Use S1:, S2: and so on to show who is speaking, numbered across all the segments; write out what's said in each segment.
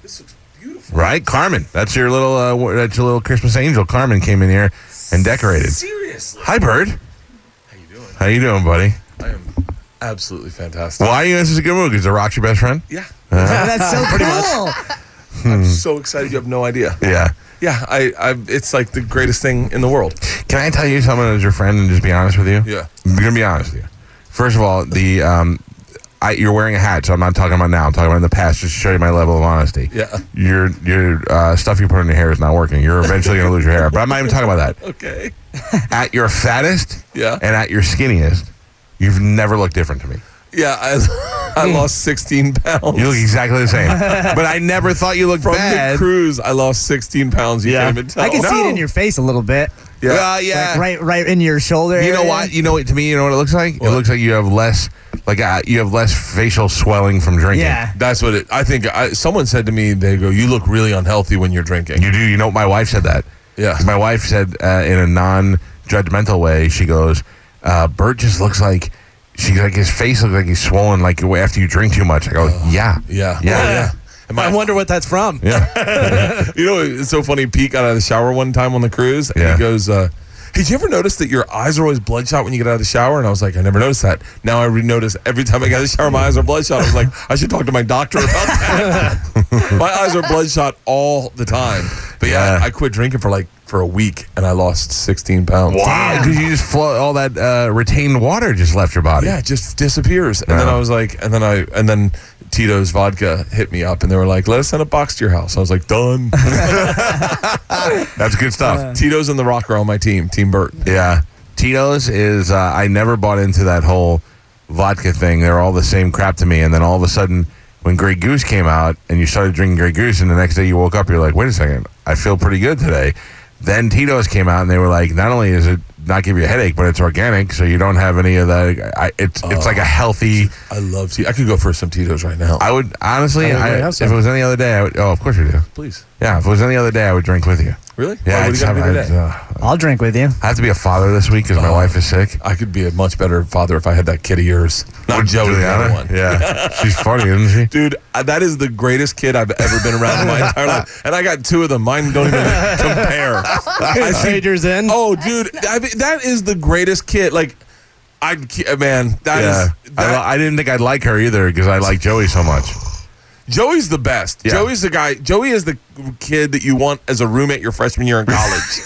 S1: This looks beautiful.
S2: Right, Carmen. That's your little uh, wor- that's your little Christmas angel. Carmen came in here and decorated.
S1: Seriously.
S2: Hi, Bird.
S1: How you doing?
S2: How you doing, buddy?
S1: I am absolutely fantastic.
S2: Why are you in such a good mood? Because The Rock's your best friend.
S1: Yeah.
S2: Uh-huh.
S3: That's so cool.
S1: I'm so excited. You have no idea.
S2: Yeah.
S1: Yeah. I. I. It's like the greatest thing in the world.
S2: Can I tell you something as your friend and just be honest with you?
S1: Yeah.
S2: I'm gonna be honest with you. First of all, the um, I, you're wearing a hat, so I'm not talking about now. I'm talking about in the past, just to show you my level of honesty.
S1: Yeah.
S2: Your your uh, stuff you put in your hair is not working. You're eventually gonna lose your hair. But I'm not even talking about that.
S1: Okay.
S2: At your fattest,
S1: Yeah.
S2: and at your skinniest, you've never looked different to me.
S1: Yeah. I. I lost 16 pounds.
S2: You look exactly the same. but I never thought you looked
S1: From
S2: bad.
S1: the cruise, I lost 16 pounds. You
S2: Yeah.
S1: can't even tell.
S3: I can see it in
S2: No.
S3: your face a little bit.
S1: Yeah.
S2: Well, yeah.
S3: Like right right in your shoulder.
S2: You know
S3: area.
S2: what? You know what? To me, you know what it looks like. It
S1: What?
S2: looks like you have less, like uh, you have less facial swelling from drinking.
S3: Yeah.
S1: That's what it. I think. I, someone said to me, "They go, you look really unhealthy when you're drinking."
S2: You do. You know, my wife said that.
S1: Yeah.
S2: My wife said uh, in a non-judgmental way. She goes, uh, "Bert just looks like." She's like his face looks like he's swollen, like after you drink too much. I go, yeah,
S1: Uh-huh. yeah.
S2: yeah,
S1: Oh, yeah. Am I-
S4: wonder what that's from.
S2: yeah.
S1: You know, it's so funny. Pete got out of the shower one time on the cruise, and
S2: Yeah.
S1: he goes, uh, "Hey, did you ever notice that your eyes are always bloodshot when you get out of the shower?" And I was like, "I never noticed that. Now I notice every time I get out of the shower, my eyes are bloodshot." I was like, "I should talk to my doctor about that. my eyes are bloodshot all the time." But yeah,
S2: Yeah.
S1: I quit drinking for like for a week, and I lost 16 pounds.
S2: wow, because you just flow all that uh, retained water just left your body.
S1: Yeah, it just disappears. And then
S2: Wow.
S1: I was like, and then I, and then Tito's vodka hit me up, and they were like, "Let us send a box to your house." I was like, "Done."
S2: that's good stuff.
S1: Tito's and the Rock are on my team, Team Burt.
S2: Yeah. Tito's is, uh, I never bought into that whole vodka thing. They're all the same crap to me. And then all of a sudden, when Grey Goose came out and you started drinking Grey Goose, and the next day you woke up, you're like, wait a second, I feel pretty good today. Then Tito's came out and they were like, not only is it not give you a headache, but it's organic, so you don't have any of that. I, it's it's
S1: Oh.
S2: like a healthy.
S1: I love Tito. I could go for some Tito's right now.
S2: I would honestly,
S4: I would
S2: I
S4: really have
S2: if
S4: some.
S2: it was any other day, I would. Oh, of course you do.
S1: Please.
S2: Yeah, if it was any other day, I would drink with you.
S1: Really? Why,
S2: Yeah, I,
S1: what do
S2: just
S1: you gotta
S2: have,
S1: do
S2: I,
S1: today? Oh.
S2: uh,
S3: I'll drink with you.
S2: I have to be a father this week because my wife is sick.
S1: I could be a much better father if I had that kid of yours. Not
S2: Or
S1: Joey, the
S2: Juliana.
S1: other one.
S2: Yeah, she's funny, isn't she?
S1: Dude, I, that is the greatest kid I've ever been around in my entire life. And I got two of them. Mine don't even compare. I see,
S3: Pagers in.
S1: oh, dude, I mean, that is the greatest kid. Like, I man, that is
S2: Yeah, I,
S1: that-
S2: li- I didn't think I'd like her either because I like Joey so much.
S1: Joey's the best.
S2: Yeah.
S1: Joey's the guy. Joey is the kid that you want as a roommate your freshman year in college.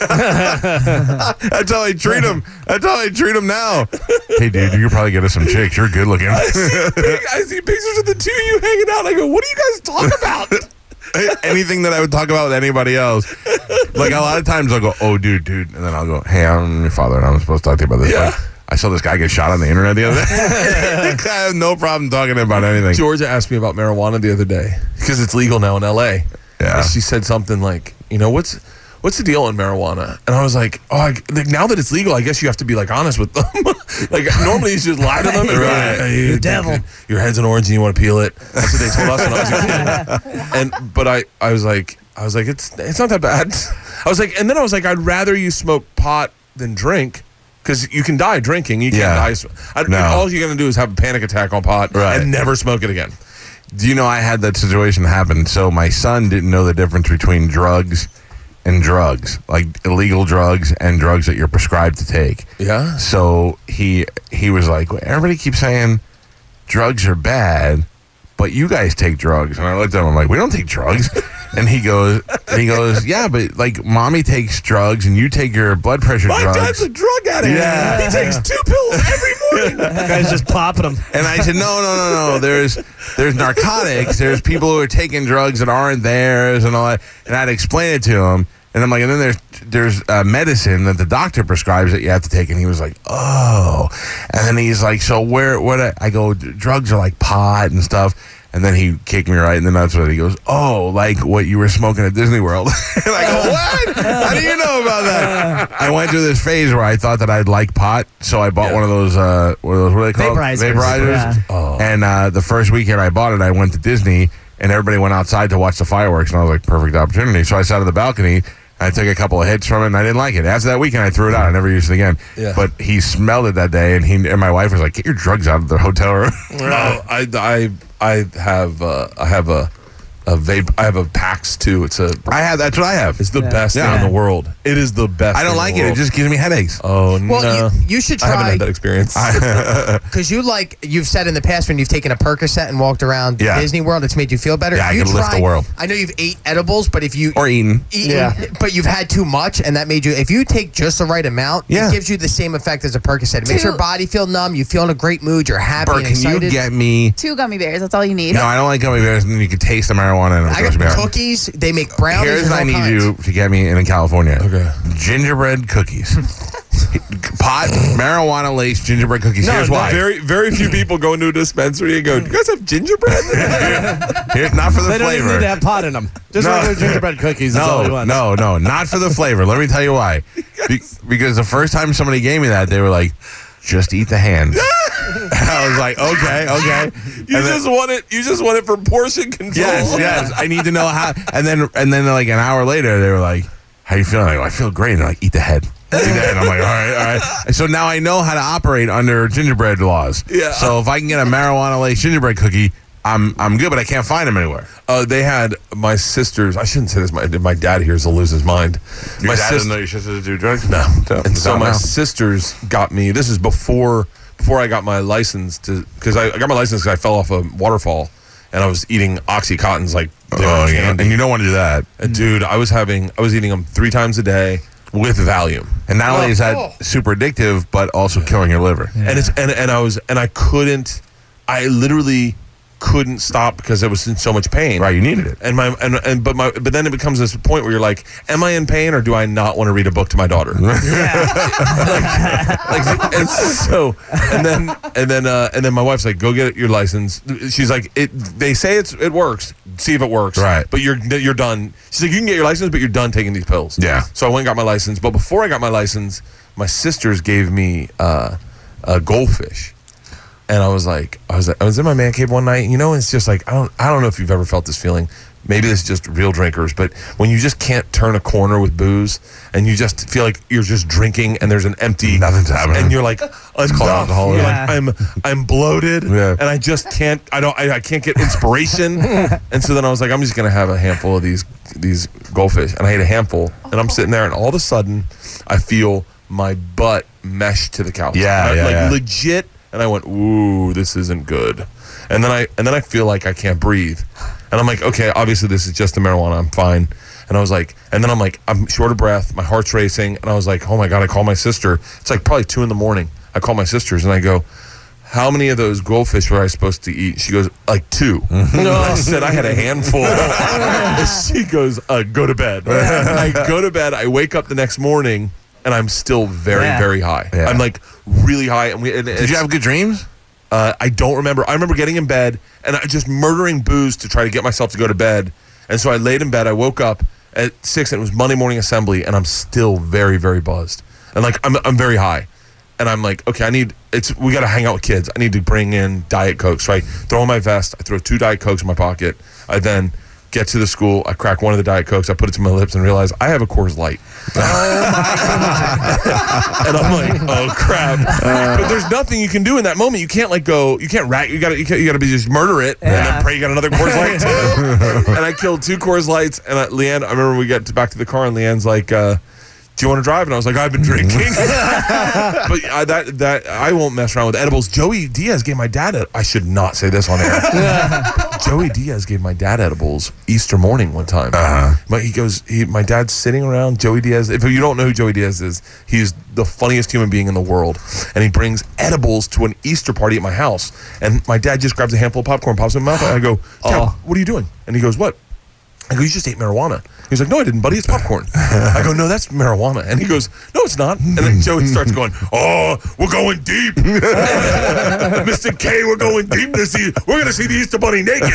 S2: That's how I treat him. That's how I treat him now. hey, dude, you could probably get us some chicks. You're good looking.
S1: I see pictures of the two of you hanging out. I go, what do you guys talk about?
S2: Anything that I would talk about with anybody else, like a lot of times I'll go, "Oh, dude, dude," and then I'll go, "Hey, I'm your father, and I'm supposed to talk to you about this."
S1: Yeah.
S2: Like, I saw this guy get shot on the internet the other day. I have no problem talking about anything.
S1: Georgia asked me about marijuana the other day because it's legal now in LA.
S2: Yeah.
S1: And she said something like, you know, what's what's the deal on marijuana? And I was like, oh, I, like, now that it's legal, I guess you have to be like honest with them. like normally you just lie to them. And,
S3: Right.
S1: "Hey,
S3: You
S1: you-
S3: devil."
S1: Your head's an orange and you want to peel it. That's what they told us when I was a kid. And but I I was like I was like it's it's not that bad. I was like and then I was like I'd rather you smoke pot than drink. Because you can die drinking, you can't
S2: Yeah.
S1: die. sm- I,
S2: No.
S1: All you're gonna do is have a panic attack on pot
S2: Right.
S1: and never smoke it again.
S2: Do you know I had that situation happen? So my son didn't know the difference between drugs and drugs, like illegal drugs and drugs that you're prescribed to take.
S1: Yeah.
S2: So he he was like, everybody keeps saying drugs are bad, but you guys take drugs. And I looked at him, I'm like, we don't take drugs. and he goes, and he goes, yeah, but like mommy takes drugs and you take your blood pressure
S1: My
S2: drugs.
S1: dad's a drug addict.
S2: Uh, Yeah.
S1: He takes two pills every morning.
S3: That guy's just popping them.
S2: And I said, no, no, no, no. There's there's narcotics. There's people who are taking drugs that aren't theirs and all that. And I'd explain it to him. And I'm like, and then there's there's uh, medicine that the doctor prescribes that you have to take. And he was like, oh. And then he's like, so where? What? I, I go, drugs are like pot and stuff. And then he kicked me right in the nuts with it. He goes, oh, like what you were smoking at Disney World. and I go, what? How do you know about that? I went through this phase where I thought that I'd like pot, so I bought
S1: Yeah.
S2: one of those. Uh, what are those? What are they called?
S3: Vaporizers.
S2: Vaporizers.
S3: Yeah.
S1: Oh.
S2: And uh, the first weekend I bought it, I went to Disney, and everybody went outside to watch the fireworks, and I was like, perfect opportunity. So I sat on the balcony. I took a couple of hits from it, and I didn't like it. After that weekend, I threw it out. I never used it again.
S1: Yeah.
S2: But he smelled it that day, and he and my wife was like, "Get your drugs out of the hotel room."
S1: No, I, I, I have, uh, I have a a vape. I have a Pax too. It's a.
S2: I have. That's what I have.
S1: It's the
S3: Yeah.
S1: best
S2: Yeah.
S1: thing in the world. It is the best.
S2: I
S1: thing
S2: don't
S1: in
S2: like
S1: the
S2: it. It
S1: world.
S2: just gives me headaches.
S1: Oh
S4: Well,
S1: no.
S4: you, you should
S1: I haven't
S4: try
S1: had that experience.
S4: because you like you've said in the past when you've taken a Percocet and walked around
S2: Yeah.
S4: Disney World, it's made you feel better.
S2: Yeah,
S4: If
S2: I
S4: you
S2: can lift the world.
S4: I know you've ate edibles, but if you
S2: or eating.
S4: eaten,
S3: Yeah.
S4: but you've had too much, and that made you. If you take just the right amount,
S2: Yeah.
S4: it gives you the same effect as a Percocet. It makes
S5: Two-
S4: your body feel numb. You feel in a great mood. You're happy
S2: Or
S4: and
S2: can you
S4: excited.
S2: get me?
S5: Two gummy bears. That's all you need.
S2: No, I don't like gummy bears. And then you can taste the marijuana and it
S4: I
S2: grows me
S4: got
S2: out.
S4: cookies. They make brownies.
S2: Here's
S4: and
S2: what I
S4: all
S2: need
S4: kinds.
S2: you to get me in California.
S1: Okay.
S2: Gingerbread cookies. Pot, marijuana laced gingerbread cookies.
S1: no,
S2: Here's
S1: no,
S2: why.
S1: very very few people go into a dispensary and go, "Do you guys have gingerbread?"
S2: Here's, not for the
S3: They don't even
S2: flavor.
S3: need to have pot in them. Just
S2: No.
S3: regular gingerbread cookies. That's all he
S2: No,
S3: wants.
S2: no, no, not for the flavor. Let me tell you why. Be- because the first time somebody gave me that, they were like, just eat the hand. I was like, okay, okay.
S1: You
S2: And then-
S1: just want it. You just want it for portion control.
S2: Yes, yes. I need to know how. And then, and then, like an hour later, they were like, "How you feeling?" I go, "I feel great." And they're like, "Eat the head." Eat the head. I'm like, "All right, all right." And so now I know how to operate under gingerbread laws.
S1: Yeah.
S2: So if I can get a marijuana laced gingerbread cookie, I'm I'm good. But I can't find them anywhere.
S1: Uh, they had my sister's. I shouldn't say this. My, my dad hears will lose his mind. my sis-
S2: know you're supposed to do drugs.
S1: No. And so
S2: Not
S1: my
S2: now.
S1: sisters got me. This is before before I got my license to because I, I got my license because I fell off a waterfall and I was eating oxycontins like they were
S2: Oh, yeah.
S1: candy.
S2: And you don't want to do that.
S1: And dude, I was having I was eating them three times a day with Valium.
S2: And not only is that
S4: Oh.
S2: super addictive, but also killing your liver.
S1: and it's and, and I was and I couldn't I literally couldn't stop because I was in so much pain.
S2: Right, you needed it.
S1: And my and, and but my but then it becomes this point where you're like, am I in pain or do I not want to read a book to my daughter? like, and so and then and then uh, and then my wife's like, go get your license. She's like, it. They say it's it works. See if it works.
S2: Right.
S1: But you're you're done. She's like, you can get your license, but you're done taking these pills.
S2: Yeah.
S1: So I went and got my license. But before I got my license, my sisters gave me uh, a goldfish. And I was like, I was I was in my man cave one night. and You know, it's just like I don't I don't know if you've ever felt this feeling. Maybe this is just real drinkers, but when you just can't turn a corner with booze, and you just feel like you're just drinking, and there's an empty
S2: Nothing's happening.
S1: and you're like, enough.
S2: alcoholism.
S1: You're
S3: Yeah.
S1: like, I'm I'm bloated,
S2: Yeah.
S1: and I just can't. I don't. I, I can't get inspiration. and so then I was like, I'm just gonna have a handful of these these goldfish, and I ate a handful, and I'm sitting there, and all of a sudden, I feel my butt mesh to the couch.
S2: Yeah,
S1: And I-
S2: yeah,
S1: like
S2: yeah.
S1: legit. And I went, ooh, this isn't good. And then I and then I feel like I can't breathe, and I'm like, okay, obviously this is just the marijuana. I'm fine. And I was like, and then I'm like, I'm short of breath, my heart's racing, and I was like, oh my god, I call my sister. It's like probably two in the morning. I call my sisters and I go, how many of those goldfish were I supposed to eat? She goes, like two. And I said I had a handful. she goes, uh, go to bed. I go to bed. I wake up the next morning and I'm still very,
S3: Yeah.
S1: very high.
S2: Yeah.
S1: I'm like really high. And we and
S2: Did you have good dreams?
S1: uh, I don't remember. I remember getting in bed and I just murdering booze to try to get myself to go to bed. And so I laid in bed. I woke up at six and it was Monday morning assembly, and I'm still very, very buzzed. And like I'm, I'm very high. And I'm like, okay, I need it's. We got to hang out with kids. I need to bring in diet cokes. So I throw in my vest. I throw two diet cokes in my pocket. I then get to the school. I crack one of the diet cokes. I put it to my lips and realize I have a Coors Light. and I'm like, oh crap! but there's nothing you can do in that moment. You can't like go. You can't rat. You got to. You, can't- you got to be just murder it and
S3: Yeah.
S1: then pray you got another Coors Light too. and I killed two Coors Lights. And I, Leanne, I remember we got to- back to the car and Leanne's like. Uh, do you want to drive? And I was like, I've been drinking, but I, that that I won't mess around with edibles. Joey Diaz gave my dad. A, I should not say this on air. Joey Diaz gave my dad edibles Easter morning one time.
S2: Uh-huh.
S1: My, he goes, he, my dad's sitting around Joey Diaz. If you don't know who Joey Diaz is, he's the funniest human being in the world. And he brings edibles to an Easter party at my house. And my dad just grabs a handful of popcorn, pops it in my mouth. And I go, Dad,
S3: Oh.
S1: what are you doing? And he goes, What? I go, you just ate marijuana. He's like, no, I didn't, buddy. It's popcorn. I go, no, that's marijuana. And he goes, no, it's not. And then Joey starts going, oh, we're going deep. Mr. K, we're going deep this year. We're going to see the Easter Bunny naked.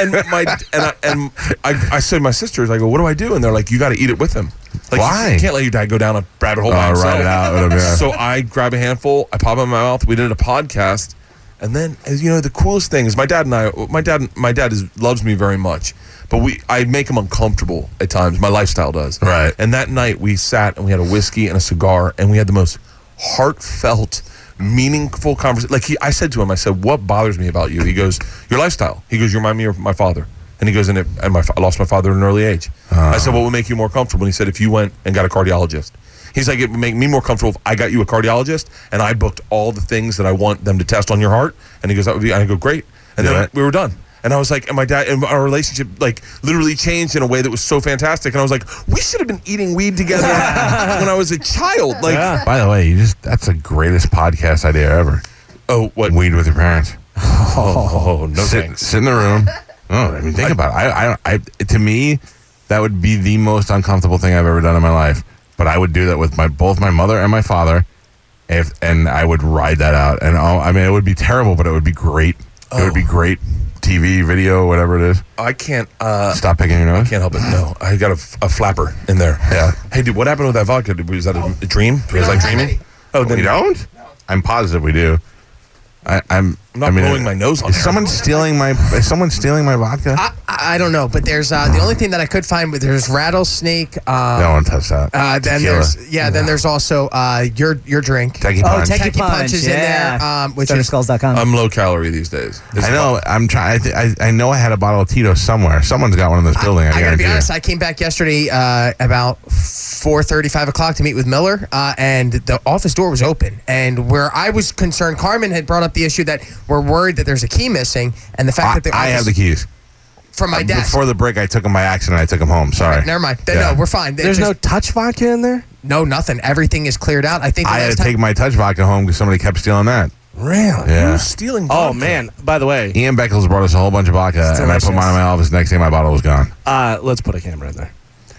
S1: And my and I, and I, I said to my sisters, I go, what do I do? And they're like, you got to eat it with him. Like,
S2: Why?
S1: You can't let your dad go down a rabbit hole by
S2: Oh,
S1: himself.
S2: ride it out with him, yeah.
S1: So I grab a handful, I pop it in my mouth. We did a podcast, and then as you know, the coolest thing is my dad and I. My dad, my dad is, loves me very much, but we I make him uncomfortable at times. My lifestyle does.
S2: Right.
S1: And that night we sat and we had a whiskey and a cigar, and we had the most heartfelt. Meaningful conversation. Like he, I said to him, I said, "What bothers me about you?" He goes, "Your lifestyle." He goes, "You remind me of my father." And he goes, and, it, and my, fa- I lost my father at an early age. I said, what would make you more comfortable? And he said, if you went and got a cardiologist. He's like, it would make me more comfortable if I got you a cardiologist and I booked all the things that I want them to test on your heart. And he goes, that would be, and I go, great. And
S2: Yeah.
S1: then we were done. And I was like, and my dad, and our relationship like literally changed in a way that was so fantastic. And I was like, we should have been eating weed together when I was a child. Like,
S2: By the way, you just that's the greatest podcast idea ever.
S1: oh, what?
S2: Weed with your parents.
S1: Oh, no
S2: sit,
S1: thanks.
S2: sit in the room. Oh, I mean, think about it. I, I, I, to me, that would be the most uncomfortable thing I've ever done in my life. But I would do that with my both my mother and my father, if and I would ride that out. And i I mean, it would be terrible, but it would be great. It
S1: Oh.
S2: would be great TV, video, whatever it is.
S1: I can't. uh
S2: Stop picking your nose.
S1: Can't help it. No, I got a, f- a flapper in there.
S2: Yeah.
S1: Hey, dude, what happened with that vodka? Did- Was that a, a dream? Was I
S4: don't have
S1: dreaming?
S4: any.
S1: Oh,
S2: We don't. I'm positive we do. I, I'm.
S1: I'm not
S2: I mean,
S1: blowing my nose Uh, on
S2: Is
S1: air.
S2: someone stealing my? Is someone stealing my vodka?
S4: I, I I don't know, but there's uh, the only thing that I could find. But there's rattlesnake. Uh,
S2: no one touched that.
S4: Uh, then
S2: Tequila.
S4: there's yeah, Then there's also uh, your your drink.
S2: Techie
S5: Oh,
S2: Punch.
S5: Techie,
S4: Techie Punch
S5: Punch
S4: is in
S5: yeah.
S4: there, um, which is-
S5: Thunderskulls.com.
S1: I'm low calorie these days. This
S2: I
S1: is-
S2: know. I'm trying. I, th- I, I know I had a bottle of Tito somewhere. Someone's got one in this building. I,
S4: I gotta
S2: guarantee
S4: be
S2: you.
S4: honest. I came back yesterday uh, about four thirty, five o'clock to meet with Miller, uh, and the office door was open. And where I was concerned, Carmen had brought up the issue that we're worried that there's a key missing, and the fact
S2: I,
S4: that the
S2: I
S4: office-
S2: have the keys.
S4: from my desk.
S2: Before the break, I took them by accident. I took them home. Sorry.
S4: Never mind. Th-
S2: Yeah.
S4: No, we're fine. They
S3: There's no
S4: just-
S3: touch vodka in there?
S4: no nothing. Everything is cleared out. I think the
S2: I had to
S4: last
S2: take
S4: time,
S2: my touch vodka home because somebody kept stealing that.
S3: Really?
S2: Yeah.
S1: Who's stealing?
S3: Oh,
S1: vodka?
S3: man. By the way,
S2: Ian Beckles brought us a whole bunch of vodka, and I put
S3: delicious.
S2: mine in my office. Next day, my bottle was gone.
S3: uh, let's put a camera in there.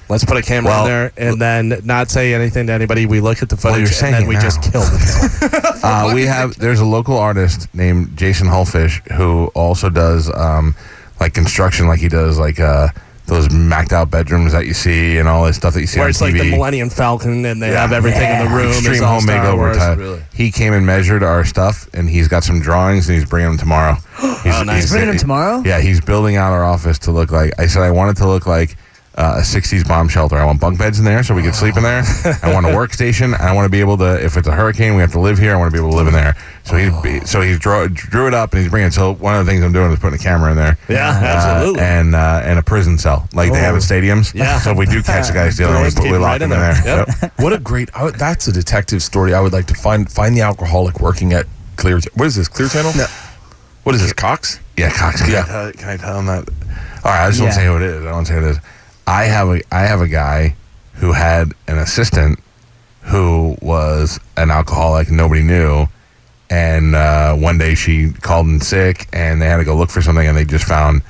S3: Let's put a camera
S2: Well,
S3: in there and then not say anything to anybody. We look at the
S2: Well,
S3: footage
S2: you're saying
S3: and
S2: it
S3: then we
S2: now.
S3: just kill the camera.
S2: Uh, we have there's a local artist named Jason Hullfish who also does um, like construction, like he does like uh, those macked out bedrooms that you see and all this stuff that you see
S3: Where
S2: on
S3: it's
S2: TV.
S3: like the Millennium Falcon and they
S2: Yeah.
S3: have everything in the room. It's
S2: Extreme
S3: all
S2: home
S3: Star
S2: makeover
S3: Wars.
S2: time.
S1: really.
S2: He came and measured our stuff, and he's got some drawings, and he's bringing them tomorrow. He's,
S3: Oh, nice.
S5: He's bringing them tomorrow?
S2: Yeah, he's building out our office to look like. I said I want it to look like uh, a '60s bomb shelter. I want bunk beds in there so we can sleep in there. I want a workstation. I want to be able to. If it's a hurricane, we have to live here. I want to be able to live in there. So he
S3: Oh.
S2: be so he drew, drew it up, and he's bringing. it. So one of the things I'm doing is putting a camera in there.
S3: Yeah,
S2: Uh,
S3: absolutely. Oh.
S2: and uh, and a prison cell like they have in stadiums.
S3: Yeah.
S2: So if we do catch a guy stealing,
S3: Throw
S2: we,
S3: his
S2: we
S3: kid
S2: lock
S3: right
S2: him
S3: in
S2: in there.
S3: there. Yep.
S2: Yep.
S1: What a great. I, would- that's a detective story. I would like to find find the alcoholic working at Clear. What is this? Clear Channel? No. What is this? Cox?
S2: Yeah, Cox. Can,
S1: Yeah.
S2: I, tell, can I tell him that? All right, I just won't
S5: Yeah.
S2: say who it is. I won't say who it is. I have a I have a guy who had an assistant who was an alcoholic. Nobody knew, and uh, one day she called in sick, and they had to go look for something, and they just found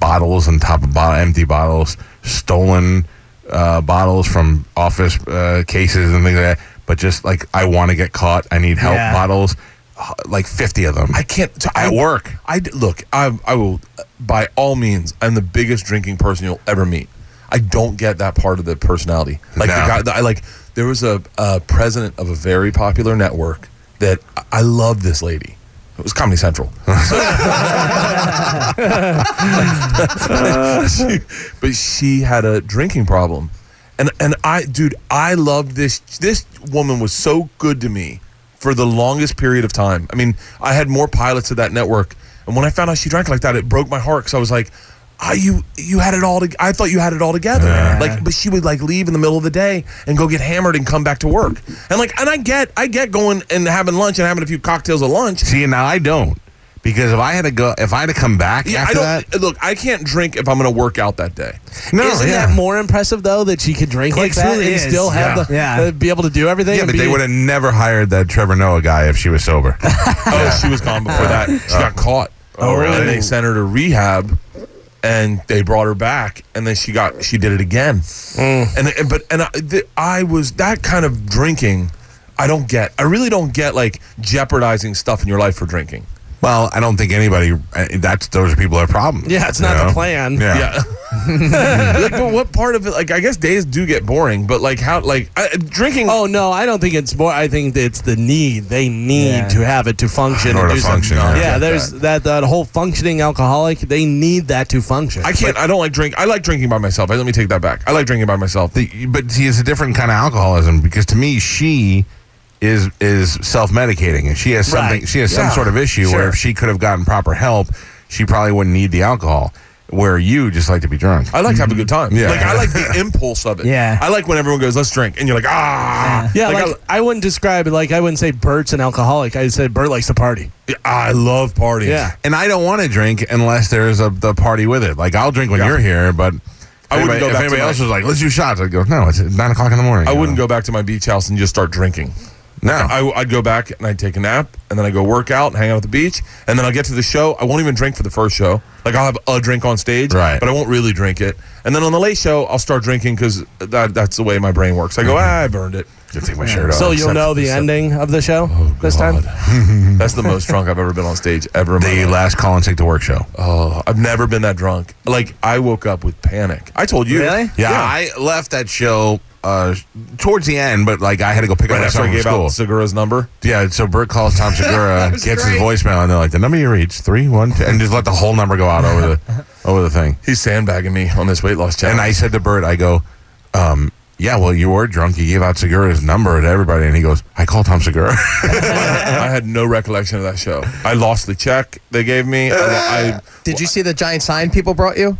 S2: bottles on top of bottle, empty bottles, stolen uh, bottles from office uh, cases and things like that. But just like I want to get caught, I need help.
S5: Yeah.
S2: Bottles, h- like fifty of them.
S1: I can't. so I
S2: at work.
S1: I d- look. I I will uh, by all means. I'm the biggest drinking person you'll ever meet. I don't get that part of the personality. Like
S2: No.
S1: the guy. The, I like. There was a, a president of a very popular network that I- I love. This lady. It was Comedy Central. she, but she had a drinking problem, and and I, dude, I loved this. This woman was so good to me for the longest period of time. I mean, I had more pilots of that network, and when I found out she drank like that, it broke my heart because I was like. I, you you had it all. To, I thought you had it all together.
S2: Yeah.
S1: Like, but she would like leave in the middle of the day and go get hammered and come back to work. And like, and I get, I get going and having lunch and having a few cocktails at lunch.
S2: See, now I don't because if I had to go, if I had to come back
S1: Yeah,
S2: after
S1: I
S2: that,
S1: don't look. I can't drink if I'm going to work out that day.
S2: no,
S3: Isn't
S2: yeah.
S3: that more impressive though that she could drink like
S5: It
S3: that
S5: truly
S3: and
S5: is.
S3: still have
S2: Yeah.
S3: the
S5: Yeah.
S3: uh, be able to do everything?
S2: Yeah,
S3: and
S2: but they
S3: be-
S2: would have never hired that Trevor Noah guy if she was sober.
S1: Oh, she was gone before that. She got caught.
S2: Uh, Oh, really?
S1: And they sent her to rehab, and they brought her back, and then she got she did it again.
S2: Mm.
S1: And, and but and I, th- I was that kind of drinking. I don't get. I really don't get like jeopardizing stuff in your life for drinking.
S2: well, I don't think anybody. uh, That's those are people who have problems.
S3: Yeah, it's
S2: you
S3: not
S2: know?
S3: the plan.
S2: Yeah.
S1: Yeah. like, but what part of it? Like, I guess days do get boring, but like how like I, drinking.
S3: Oh no, I don't think it's more. I think it's the need. They need
S5: Yeah.
S3: to have it to function.
S2: In order
S3: and
S2: to
S3: do
S2: function,
S3: something.
S2: yeah.
S3: Yeah,
S2: Yeah,
S3: there's that. that whole functioning alcoholic. They need that to function.
S1: I can't. I don't like drink. I like drinking by myself. Let me take that back. I like drinking by myself.
S2: The- but see, it's a different kind of alcoholism because to me, she is is self medicating, and she has something.
S3: Right.
S2: She has some
S1: Yeah.
S2: sort of issue
S1: Sure.
S2: where if she could have gotten proper help, she probably wouldn't need the alcohol. where you just like to be drunk.
S1: I like to have a good time.
S2: Yeah.
S1: Like I like the impulse of it.
S5: Yeah.
S1: I like when everyone goes, let's drink, and you're like, ah.
S3: Yeah,
S1: Like,
S3: like, I, wouldn't describe it like I wouldn't say Bert's an alcoholic. I'd say Bert likes to party.
S1: I, I love partying.
S3: Yeah.
S2: and I don't want to drink unless there's a the party with it. Like I'll drink when
S1: Yeah.
S2: you're here, but
S1: I wouldn't
S2: anybody-
S1: go
S2: if
S1: back
S2: anybody
S1: tonight.
S2: else was like, let's do shots, I'd go. No, it's at nine o'clock in the morning.
S1: I wouldn't go back to my beach house and just start drinking.
S2: No.
S1: I, I'd go back and I'd take a nap, and then I go work out and hang out at the beach, and then I'll get to the show. I won't even drink for the first show. Like I'll have a drink on stage,
S2: Right.
S1: But I won't really drink it. And then on the late show, I'll start drinking because that, that's the way my brain works. I go,
S2: Mm-hmm.
S1: ah, I burned it.
S2: Just take my shirt off. Oh,
S3: so you'll
S2: Except-
S3: know the ending of the show this time.
S1: time, that's the most drunk I've ever been on stage ever. In my
S2: the
S1: life.
S2: last call and take to work show.
S1: Oh, I've never been that drunk. Like I woke up with panic. I told you,
S5: Really?
S2: Yeah, I left that show uh, towards the end, but like I had to go pick
S1: Right
S2: up my
S1: after
S2: son
S1: I
S2: from
S1: gave
S2: school.
S1: out Segura's number.
S2: Yeah, so Bert calls Tom Segura,
S4: was
S2: gets his
S4: great.
S2: voicemail, and they're like, "The number you reached three one two, and just let the whole number go out over the over the thing.
S1: He's sandbagging me on this weight loss challenge.
S2: And I said to Bert, I go, um, "Yeah, well, you were drunk. You gave out Segura's number to everybody," and he goes, "I called Tom Segura."
S1: I had no recollection of that show. I lost the check they gave me. I, I,
S4: Did you see the giant sign people brought you?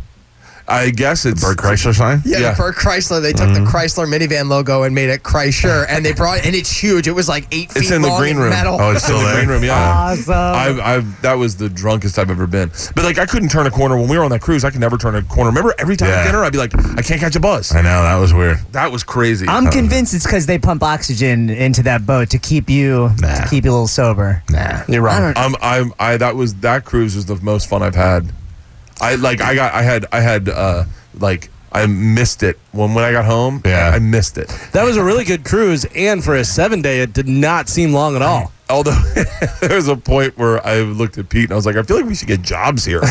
S1: I guess it's
S2: Bert Chrysler sign.
S4: Yeah,
S1: Yeah.
S4: for Chrysler, they took the Chrysler minivan logo and made it Chrysler, and they brought and it's huge. It was like eight feet
S1: It's in the
S4: long
S1: green room.
S4: metal.
S2: Oh, it's
S1: in
S2: still
S1: the
S2: there.
S1: green room. Yeah,
S5: Awesome.
S1: I've, I've that was the drunkest I've ever been. But like, I couldn't turn a corner when we were on that cruise. I could never turn a corner. Remember, every time at
S2: Yeah.
S1: dinner, I'd be like, I can't catch a buzz.
S2: Uh, I know that was weird.
S1: That was crazy.
S5: I'm convinced it's because they pump oxygen into that boat to keep you to
S2: Nah.
S5: keep you a little sober.
S2: Nah.
S3: You're
S5: I
S3: wrong.
S5: don't.
S1: I'm, Um, I'm, I that was that cruise was the most fun I've had. I like I got I had I had uh like I missed it when when I got home.
S2: Yeah.
S1: I missed it.
S3: That was a really good cruise, and for a seven day, it did not seem long at all.
S1: Although there was a point where I looked at Pete and I was like, I feel like we should get jobs here.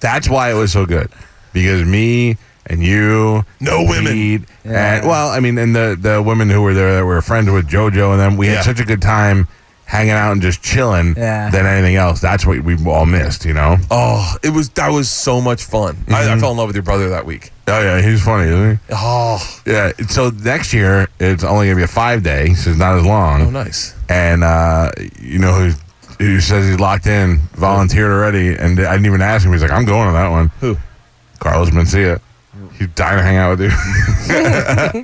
S2: That's why it was so good because me and you,
S1: No
S2: and
S1: women.
S2: Pete,
S5: Yeah.
S2: and well, I mean, and the the women who were there that were friends with JoJo, and then we
S1: Yeah.
S2: had such a good time hanging out and just chilling
S5: Yeah.
S2: than anything else. That's what we all missed, you know.
S1: oh, it was that was so much fun. I,
S2: Mm-hmm.
S1: I fell in love with your brother that week.
S2: Oh yeah, he's funny, isn't
S1: Oh,
S2: he? Yeah. So next year it's only gonna be a five day, so it's not as long.
S1: oh, nice.
S2: And uh, you know who who says he's locked in, volunteered already, and I didn't even ask him. He's like, I'm going to that one.
S1: Who?
S2: Carlos Mencia. He's dying to hang out with you.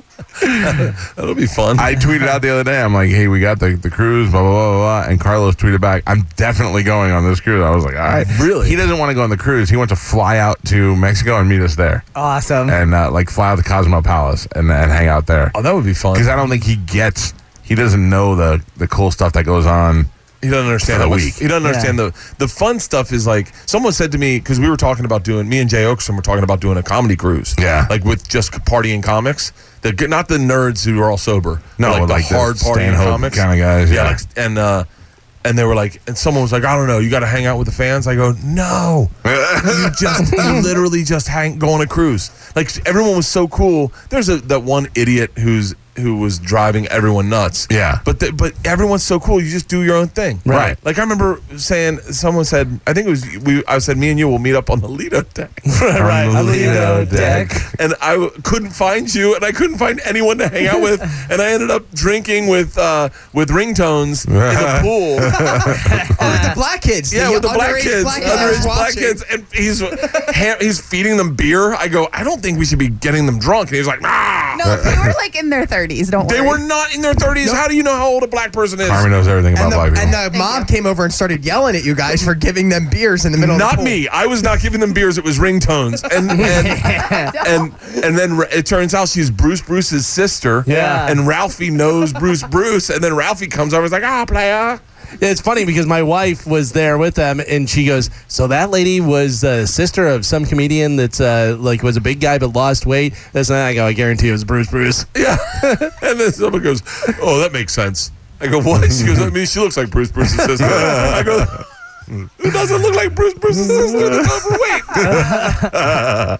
S1: That'll be fun.
S2: I tweeted out the other day. I'm like, hey, we got the, the cruise, blah, blah, blah, blah, blah. And Carlos tweeted back, I'm definitely going on this cruise. I was like, all right.
S1: Really?
S2: He doesn't want to go on the cruise. He wants to fly out to Mexico and meet us there
S5: Awesome.
S2: and uh, like fly out to Cosmo Palace and, and hang out there.
S1: oh, that would be fun.
S2: Because I don't think he gets, he doesn't know the, the cool stuff that goes on.
S1: He doesn't understand
S2: For
S1: that much-
S2: the week.
S1: He doesn't
S5: Yeah.
S1: understand the the fun stuff is like someone said to me because we were talking about doing me and Jay Oakson were talking about doing a comedy cruise.
S2: Yeah.
S1: like with just partying comics. The good- not the nerds who are all sober.
S2: No,
S1: but, like,
S2: like
S1: the
S2: the
S1: hard partying
S2: Stanhope
S1: comics
S2: kinda guys,
S1: Yeah,
S2: yeah.
S1: like, and uh, and they were like, and someone was like, I don't know, you got to hang out with the fans. I go, no, you just you literally just hang go on a cruise. Like everyone was so cool. There's a that one idiot who's who was driving everyone nuts.
S2: Yeah.
S1: but the, but everyone's so cool. You just do your own thing.
S2: Right.
S1: Like I remember saying, someone said, I think it was we. I said, me and you will meet up on the Lido deck,
S3: right.
S2: On the
S3: I'm the
S2: Lido deck.
S1: and I w- couldn't find you, and I couldn't find anyone to hang out with, and I ended up drinking with uh, with ringtones in the pool.
S4: Oh, with the black kids.
S1: Yeah, with the black
S4: underage
S1: kids,
S4: black
S1: underage
S4: kids
S1: black
S4: watching.
S1: kids, and he's ha- he's feeding them beer. I go, I don't think we should be getting them drunk, and he's like, Nah,
S6: No, they were like in their 30s. Don't
S1: they
S6: worry.
S1: were not in their thirties. How do you know how old a black person is?
S2: Carmen knows everything about
S4: And the,
S2: black people.
S4: and the mom came over and started yelling at you guys for giving them beers in the middle of the
S1: Not
S4: pool.
S1: me. I was not giving them beers. It was ringtones, and and and, and then it turns out she's Bruce Bruce's sister.
S3: Yeah.
S1: and Ralphie knows Bruce Bruce, and then Ralphie comes over. and is like, ah, player.
S3: Yeah, It's funny because my wife was there with them, and she goes, "So that lady was the sister of some comedian that's uh, like was a big guy but lost weight." That's not. I go. I guarantee it was Bruce. Bruce.
S1: Yeah. and then someone goes, Oh, that makes sense. I go, What? She goes, I mean, she looks like Bruce Bruce's sister. I go, Who doesn't look like Bruce Bruce's sister that's overweight?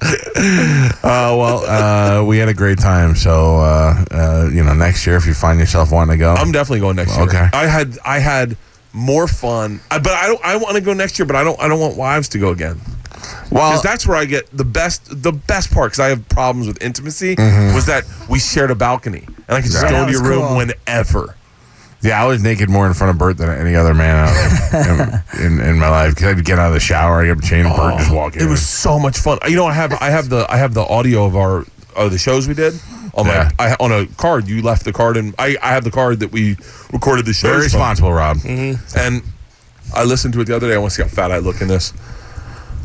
S2: Uh, well, uh, we had a great time. So, uh, uh, you know, next year, if you find yourself wanting to go,
S1: I'm definitely going next year.
S2: Okay.
S1: I had I had more fun. I, but I don't I want to go next year, but I don't I don't want wives to go again.
S2: well,
S1: Because that's where I get the best the best part because I have problems with
S2: Mm-hmm.
S1: intimacy was that we shared a balcony and I could just
S5: Yeah,
S1: go
S5: that
S1: into your
S5: was
S1: room
S5: cool.
S1: whenever.
S2: Yeah, I was naked more in front of Bert than any other man out of- in, in, in my life. Because I'd get out of the shower, I get up a chain, and Bert just walk in.
S1: Oh, It was so much fun. You know, I have I have the I have the audio of our of the shows we did on my
S2: Yeah.
S1: I, on a card. You left the card, and I, I have the card that we recorded the show.
S2: very responsible, Rob.
S1: Mm. And I listened to it the other day. I want to see how fat I look in this.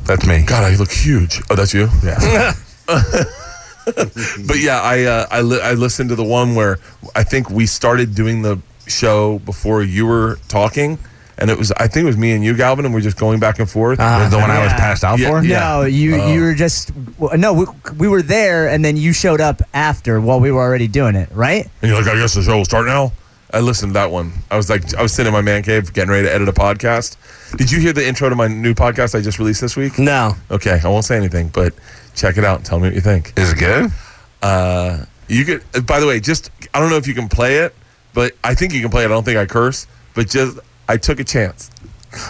S2: That's me.
S1: God, I look huge. Oh, that's you.
S2: Yeah.
S1: But yeah, I uh, I, li- I listened to the one where I think we started doing the show before you were talking, and it was I think it was me and you, Galvin, and we are just going back and forth.
S2: the one I was
S5: yeah.
S2: passed out
S1: Yeah,
S2: for.
S1: yeah. Oh.
S5: No, you you were just w- no. We, we were there, and then you showed up after while we were already doing it, right?
S1: And you're like, I guess the show will start now. I listened to that one. I was like, I was sitting in my man cave getting ready to edit a podcast. Did you hear the intro to my new podcast I just released this week?
S3: No.
S1: Okay, I won't say anything, but check it out and tell me what you think.
S2: Is it good?
S1: Uh, you could, by the way, just I don't know if you can play it, but I think you can play it. I don't think I curse, but just I took a chance.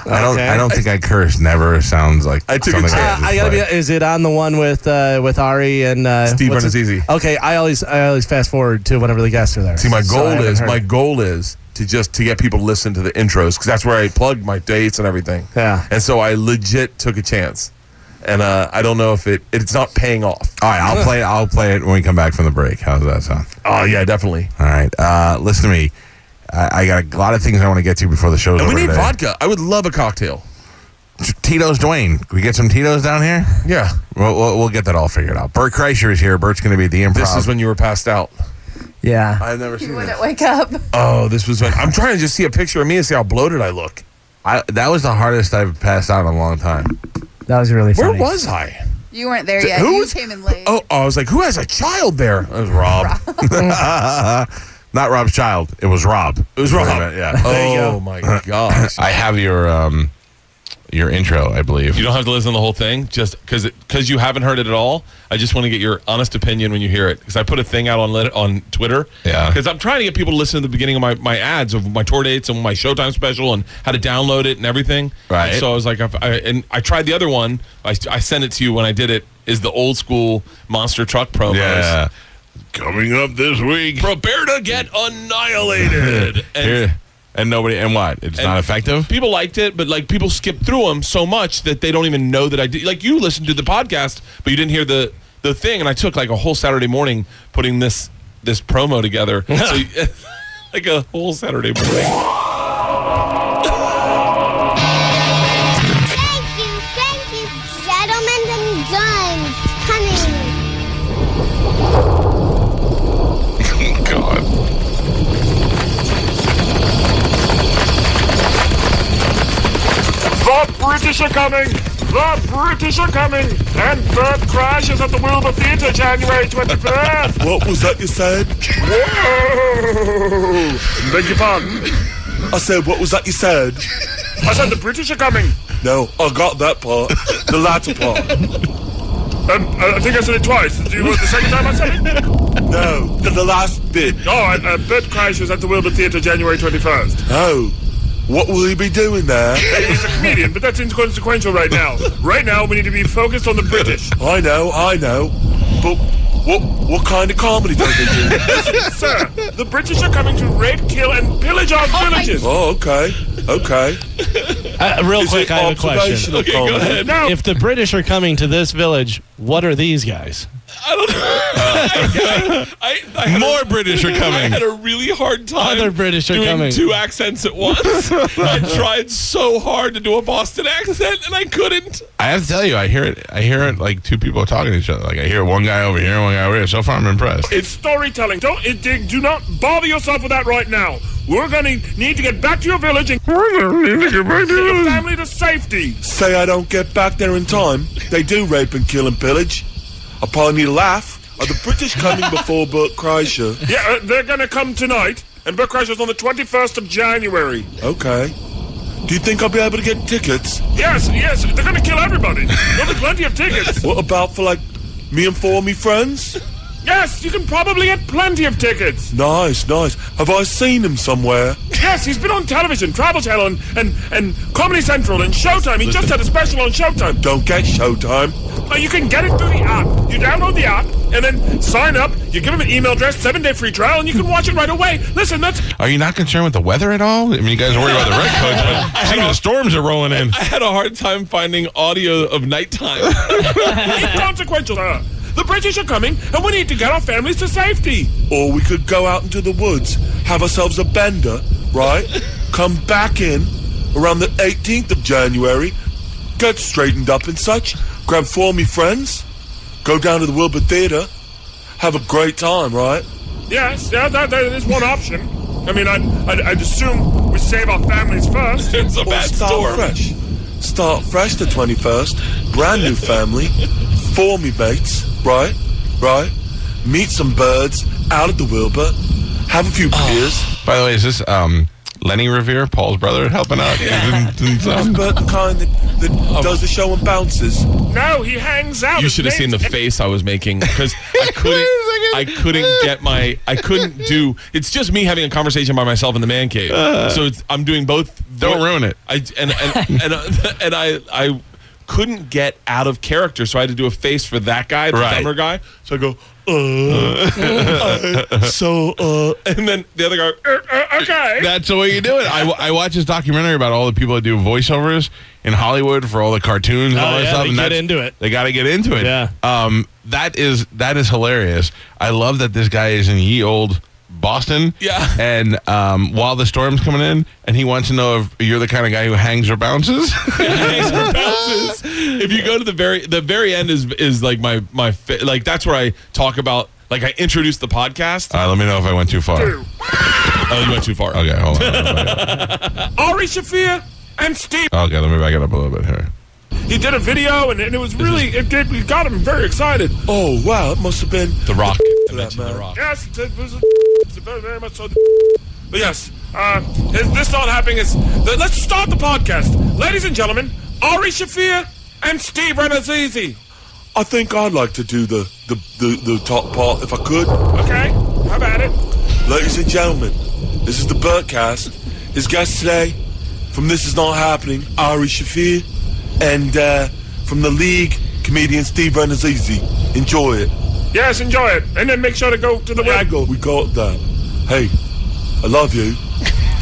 S2: I don't.
S3: Okay.
S2: I don't think I curse. Never sounds like
S1: I took a
S2: something
S1: chance.
S2: just
S3: Uh, I gotta be.
S2: like-
S3: Is it on the one with uh, with Ari and uh,
S1: Steve
S3: what's his-
S1: Renazizi.
S3: Okay, I always I always fast forward to whenever the guests are there.
S1: See, my
S3: So
S1: goal
S3: I haven't
S1: is
S3: heard
S1: my
S3: it.
S1: goal is to just to get people to listen to the intros because that's where I plug my dates and everything.
S3: Yeah.
S1: And so I legit took a chance, and uh, I don't know if it it's not paying off.
S2: All right, I'll play. I'll play it when we come back from the break. How's that sound?
S1: Oh yeah, definitely.
S2: All right. Uh, listen to me. I, I got a lot of things I want to get to before the show's
S1: And
S2: over.
S1: we need
S2: today.
S1: vodka. I would love a cocktail.
S2: Tito's Dwayne. Can we get some Tito's down here?
S1: Yeah.
S2: We'll, we'll, we'll get that all figured out. Bert Kreischer is here. Bert's going to be at the improv.
S1: This is when you were passed out.
S5: Yeah.
S1: I've never
S7: You wouldn't wake up.
S1: Oh, this was when I'm trying to just see a picture of me and see how bloated I look.
S2: I, that was the hardest I've passed out in a long time.
S5: That was really
S1: Where
S5: funny.
S1: was I?
S7: You weren't there yet.
S1: Who
S7: you
S1: was-
S7: came in late.
S1: Oh, I was like, who has a child there? It was Rob.
S2: Not Rob's child. It was Rob.
S1: It was Rob.
S2: Yeah.
S3: There you
S1: Oh
S3: go.
S1: my gosh.
S2: I have your um, your intro, I believe.
S8: You don't have to listen to the whole thing, just because because you haven't heard it at all. I just want to get your honest opinion when you hear it, because I put a thing out on lit- on Twitter.
S2: Yeah.
S8: Because I'm trying to get people to listen to the beginning of my, my ads of my tour dates and my Showtime special and how to download it and everything.
S2: Right.
S8: And so I was like, I, I and I tried the other one. I, I sent it to you when I did it. Is the old school monster truck promos?
S2: Yeah. Coming up this week.
S8: Prepare to get annihilated. and
S2: Here- and nobody. And what? It's
S8: and People liked it, but like people skip through them so much that they don't even know that I did. Like you listened to the podcast, but you didn't hear the the thing. And I took like a whole Saturday morning putting this this promo together. so, you- like a whole Saturday morning.
S9: Thank you, thank you, gentlemen and guns coming.
S10: The British are coming! The British are coming! And Bert crashes at the Wilbur Theatre January 25th!
S1: What was that you said?
S10: Whoa! Beg your pardon.
S1: I said, what was that you said?
S10: I said the British are coming!
S1: No, I got that part. The latter part.
S10: Um, I I think I said it twice. Do you want the second time I said it?
S1: No, the, the last bit.
S10: All right, uh, Bert crashes at the Wilbur Theatre January 21st.
S1: Oh, what will he be doing there?
S10: Hey, he's a comedian, but that's inconsequential right now. Right now, we need to be focused on the British.
S1: I know, I know. But what what kind of comedy do they do?
S10: Sir, the British are coming to rape, kill, and pillage our villages!
S1: oh, okay, okay.
S11: Uh, real quick,
S1: it
S11: I have a question.
S1: observational comedy?
S10: Now,
S11: If the British are coming to this village, what are these guys?
S8: I, I had
S2: More
S8: a-
S2: British are
S8: I
S2: coming.
S8: had a really hard time.
S11: Other British are
S8: doing
S11: coming.
S8: two accents at once. I tried so hard to do a Boston accent and I couldn't.
S2: I have to tell you, I hear it. I hear it like two people talking to each other. Like I hear one guy over here, and one guy over here. So far, I'm impressed.
S10: It's storytelling. Don't it, dig- do not bother yourself with that right now. We're gonna need to get back to your village and get your family to safety.
S1: Say I don't get back there in time. They do rape and kill and pillage. I probably need a laugh. Are the British coming before Bert Kreischer?
S10: Yeah, uh, they're gonna come tonight, and Bert Crasher's on the 21st of January.
S1: Okay. Do you think I'll be able to get tickets?
S10: Yes, yes, they're gonna kill everybody. There'll be plenty of tickets.
S1: What about for like me and four of me friends?
S10: Yes, you can probably get plenty of tickets.
S1: Nice, nice. Have I seen him somewhere?
S10: Yes, he's been on television, Travel Channel, and and, and Comedy Central, and Showtime. He just had a special on Showtime.
S1: Don't get showtime.
S10: Uh, you can get it through the app. You download the app, and
S12: and then sign up. You give them an email address, seven day free trial, and you can watch it right away. Listen, that's
S2: Are you not concerned with the weather at all? I mean, you guys worry about the red coats, but some of the storms are rolling in.
S10: I had a hard time finding audio of nighttime.
S12: inconsequential. Uh, the British are coming, and we need to get our families to safety. Or we could go out into the woods, have ourselves a bender, right? Come back in around the 18th of January, get straightened up and such, grab four of me friends, go down to the Wilbur Theatre, have a great time, right? Yes, yeah, that, that is one option. I mean, I'd, I'd, I'd assume we save our families first.
S10: It's a
S12: Or
S10: bad
S12: start
S10: storm.
S12: Fresh. Start fresh the 21st. Brand new family. Four me mates. Right? Right? Meet some birds out at the Wilbur. Have a few beers.
S2: By the way, is this um, Lenny Revere, Paul's brother, helping out? It didn't- didn't
S12: Is
S2: sound-
S12: Bert the kind that, that does the show and bounces? No, he hangs out.
S10: Oh. You should have seen the face I was making because I couldn't. I couldn't get my. I couldn't do. It's just me having a conversation by myself in the man cave. so it's, I'm doing both.
S2: Don't ruin it.
S10: I and and and, uh, and I I couldn't get out of character, so I had to do a face for that guy, the
S2: Right.
S10: dumber guy. So I go. Uh, uh, so uh, and then the other guy. "Uh, uh, okay.
S2: That's the way you do it. I, I watch this documentary about all the people that do voiceovers in Hollywood for all the cartoons and
S13: Oh,
S2: all that
S13: yeah,
S2: stuff.
S13: they
S2: and
S13: get
S2: that's-
S13: into it.
S2: They got to get into it.
S13: Yeah.
S2: Um, that is that is hilarious. I love that this guy is in ye old Boston.
S10: Yeah.
S2: And um, while the storm's coming in, and he wants to know if you're the kind of guy who hangs or bounces.
S10: Hangs or bounces. If you go to the very the very end is is like my my fa- like that's where I talk about like I introduced the podcast.
S2: all right, let me know if I went too far. Okay,
S10: Oh, you went too far.
S2: hold on. Let me back up.
S12: Ari Shafir and Steve.
S2: Okay, let me back it up a little bit here.
S12: He did a video, and, and it was really, it did, we got him very excited. Oh, wow, it must have been.
S10: The Rock. I
S12: for that
S10: mentioned
S12: man.
S10: The Rock.
S12: Yes, it was a, it's a very, very much so. But yes, uh, is this not happening? Is th- let's start the podcast, ladies and gentlemen. Ari Shafir and Steve Renazizi. I think I'd like to do the the, the the top part if I could. Okay, how about it? Ladies and gentlemen, this is the Burtcast. His guest today from This Is Not Happening, Ari Shafir, and uh, from the League, comedian Steve Renazizi. Enjoy it. Yes, enjoy it. And then make sure to go to the yeah, go. We got that. Hey, I love you.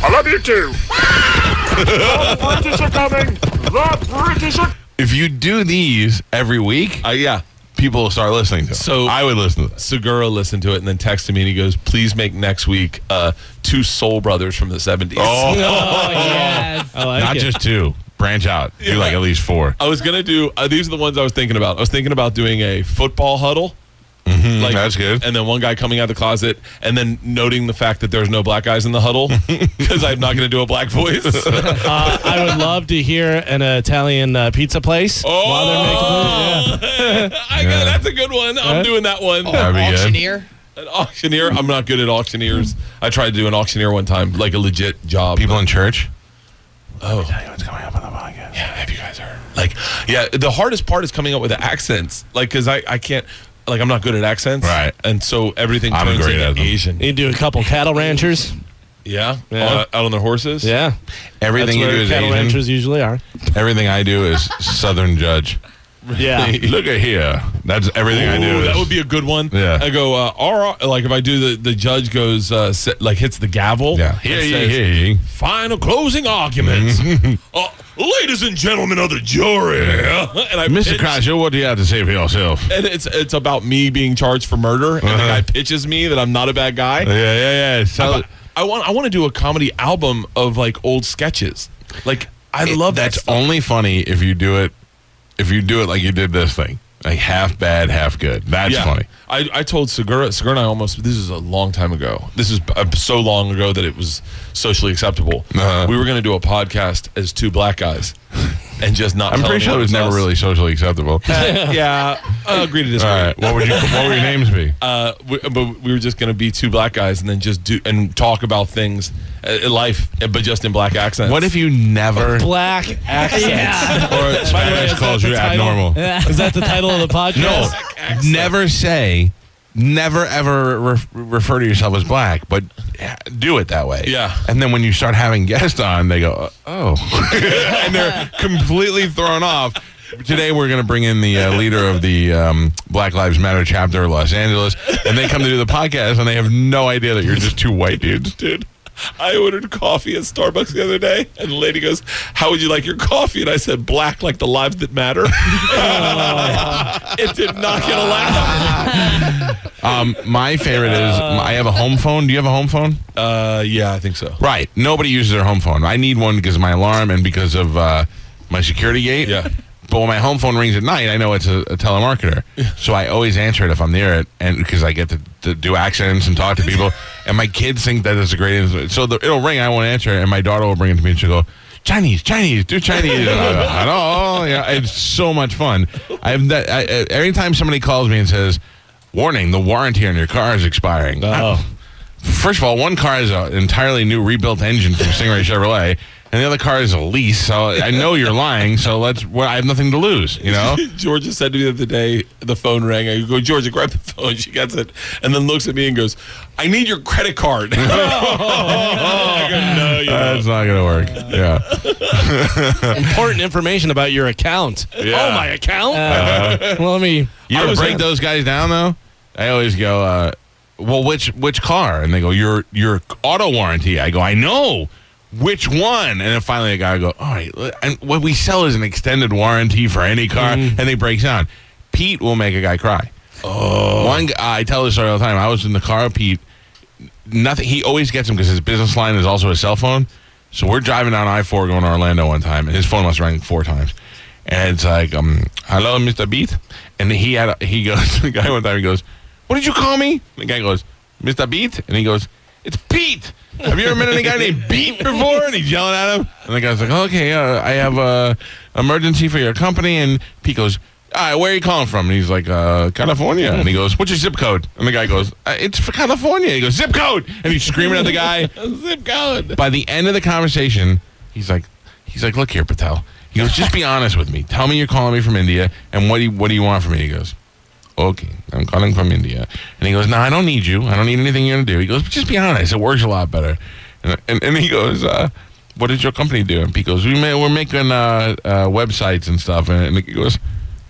S12: I love you too. the British are coming. The British are
S2: If you do these every week,
S10: Uh, yeah.
S2: people will start listening to them.
S10: So-
S2: I would listen to this.
S10: Segura listened to it and then texted me and he goes, "Please make next week uh, two Soul Brothers from the '70s."
S2: Oh.
S13: Oh, yes. I like
S2: Not
S13: it.
S2: just two. Branch out. Do like at least four.
S10: I was gonna do. Uh, these are the ones I was thinking about. I was thinking about doing a football huddle. Like,
S2: that's good.
S10: And then one guy coming out of the closet, and then noting the fact that there's no black guys in the huddle because I'm not going to do a black voice.
S13: Uh, I would love to hear an Italian uh, pizza place while they're making
S10: Oh, I got, that's a good one. I'm doing that one.
S2: That'd be good.
S4: Auctioneer.
S10: An auctioneer. I'm not good at auctioneers. I tried to do an auctioneer one time, like a legit job.
S2: People in church.
S10: Yeah, have you guys heard? Like, yeah, the hardest part is coming up with the accents. Like, because I, I can't, like, I'm not good at accents.
S2: Right.
S10: And so everything
S2: I'm
S10: turns
S2: great
S10: into
S2: at them.
S10: Asian.
S13: You do a couple cattle ranchers.
S10: yeah.
S13: Yeah.
S10: On- out on their horses.
S13: Yeah.
S2: Everything you
S13: That's
S2: do
S13: where
S2: is
S13: cattle
S2: Asian.
S13: ranchers usually are.
S2: Everything I do is Southern judge.
S13: Yeah.
S2: Look at here. That's everything I do.
S10: Ooh,
S2: Is,
S10: that would be a good one.
S2: Yeah.
S10: I go, uh, all right. Like, if I do the, the judge goes, uh, se- like, hits the gavel.
S2: yeah.
S10: and
S2: Here, here,
S10: says,
S2: here, here.
S10: Final closing arguments. uh, ladies and gentlemen of the jury. and I
S2: Mr.
S10: pitch-
S2: Crasher, what do you have to say for yourself?
S10: and it's it's about me being charged for murder, and the
S2: Uh-huh.
S10: guy pitches me that I'm not a bad guy.
S2: Yeah, yeah, yeah. So,
S10: But I want I want to do a comedy album of like old sketches. Like I love that.
S2: that's
S10: stuff.
S2: only funny if you do it. If you do it like you did this thing, like half bad, half good. That's
S10: Yeah.
S2: funny.
S10: I, I told Segura Segura and I almost this is a long time ago. This is uh, so long ago that it was socially acceptable.
S2: Uh-huh.
S10: We were going to do a podcast as two black guys, and just not.
S2: I'm
S10: tell
S2: pretty sure
S10: anyone
S2: it was never
S10: else.
S2: really socially acceptable. All
S10: yeah, I agree to disagree.
S2: right. What would you? What would your names be?
S10: uh, we, but we were just going to be two black guys and then just do and talk about things, uh, life, but just in black accents.
S2: What if you never?
S13: Black accents.
S2: Or Spanish
S13: that
S2: calls
S13: the
S2: you
S13: title?
S2: abnormal.
S13: Is that the title of the
S2: No,
S13: podcast?
S2: never say, never ever re- refer to yourself as black, but do it that way.
S10: Yeah.
S2: And then when you start having guests on, they go, oh. and they're completely thrown off. today we're going to bring in the uh, leader of the um, Black Lives Matter chapter of Los Angeles, and they come to do the podcast, and they have no idea that you're just two white dudes.
S10: dude. I ordered coffee at Starbucks the other day, and the lady goes, "How would you like your coffee?" And I said, "Black, like the lives that matter." it did not get a laugh.
S2: Um, my favorite is I have a home phone. Do you have a home phone?
S10: Uh, yeah, I think so.
S2: Right. Nobody uses their home phone. I need one because of my alarm and because of uh, my security gate.
S10: Yeah.
S2: But when my home phone rings at night, I know it's a, a telemarketer. So I always answer it if I'm near it, and because I get to, to do accents and talk to people. And my kids think that is a great. instrument. So the, it'll ring, I won't answer, and my daughter will bring it to me, and she'll go. Chinese, Chinese, do Chinese. And I'll go, I don't. Yeah, it's so much fun. I've that. I, I- every time somebody calls me and says, "Warning, the warranty on your car is expiring." I- First of all, one car is an entirely new rebuilt engine from Stingray Chevrolet, and the other car is a lease. So I know you're lying. So let's. Well, I have nothing to lose. You know.
S10: Georgia said to me the other day, the phone rang. I go, Georgia, grab the phone. She gets it, and then looks at me and goes, "I need your credit card." I go, "No, you don't."
S2: That's Uh, not gonna work. Yeah.
S13: Important information about your account.
S2: Yeah.
S13: Oh, my account?
S2: Uh-huh.
S13: well, let me.
S2: You
S13: I
S2: ever
S13: was
S2: break
S13: in-
S2: those guys down though? I always go, uh, well, which which car? And they go, your your auto warranty. I go, I know. Which one? And then finally, a guy go, all right. l- And what we sell is an extended warranty for any car,
S13: Mm-hmm.
S2: and they break down. Pete will make a guy cry. Oh, one. g- I tell this story all the time. I was in the car, with Pete. Nothing. He always gets him because his business line is also his cell phone. So we're driving down I four going to Orlando one time, and his phone must ring four times. And it's like, um, hello, Mr. Beat. And he had a, he goes, the guy one time he goes, what did you call me? the guy goes, Mr. Beat, and he goes, it's Pete. Have you ever met any guy named Beat before? And he's yelling at him. And the guy's like, okay, uh, I have a emergency for your company. And Pete goes, all right, where are you calling from? And he's like, uh, California. And he goes, what's your zip code? And the guy goes, uh, it's for California. He goes, zip code. And he's screaming at the guy.
S10: Zip code.
S2: By the end of the conversation, he's like, he's like, look here, Patel. He goes, just be honest with me. Tell me you're calling me from India, and what do you, what do you want from me? He goes, okay, I'm calling from India. And he goes, no, I don't need you. I don't need anything you're gonna do. He goes, but just be honest. It works a lot better. And and, and he goes, uh, what does your company do? And Pete goes, we may, we're making uh, uh, websites and stuff. And, and he goes.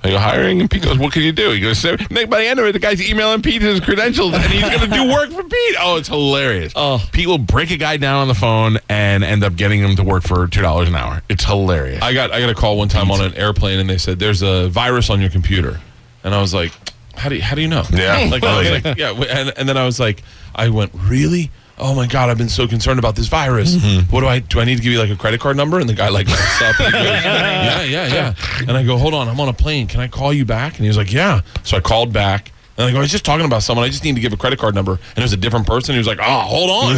S2: Are you hiring? And Pete goes, What can you do? He goes, "So-" Nick, by the end of it, the guy's emailing Pete his credentials and he's going to do work for Pete. Oh, it's hilarious.
S13: Oh.
S2: Pete will break a guy down on the phone and end up getting him to work for two dollars an hour. It's hilarious.
S10: I got I got a call one time on an airplane, and they said there's a virus on your computer, and I was like, how do you, how do you know?
S2: Yeah.
S10: like, I was like yeah, w- and and then I was like, I went really. Oh my God! I've been so concerned about this virus.
S2: Mm-hmm.
S10: What do I do? I need to give you like a credit card number, and the guy like lights up. and he goes, yeah, yeah, yeah. And I go, hold on, I'm on a plane. Can I call you back? And he was like, yeah. So I called back, and I go, I was just talking about someone. I just need to give a credit card number, and it was a different person. He was like, oh, hold on.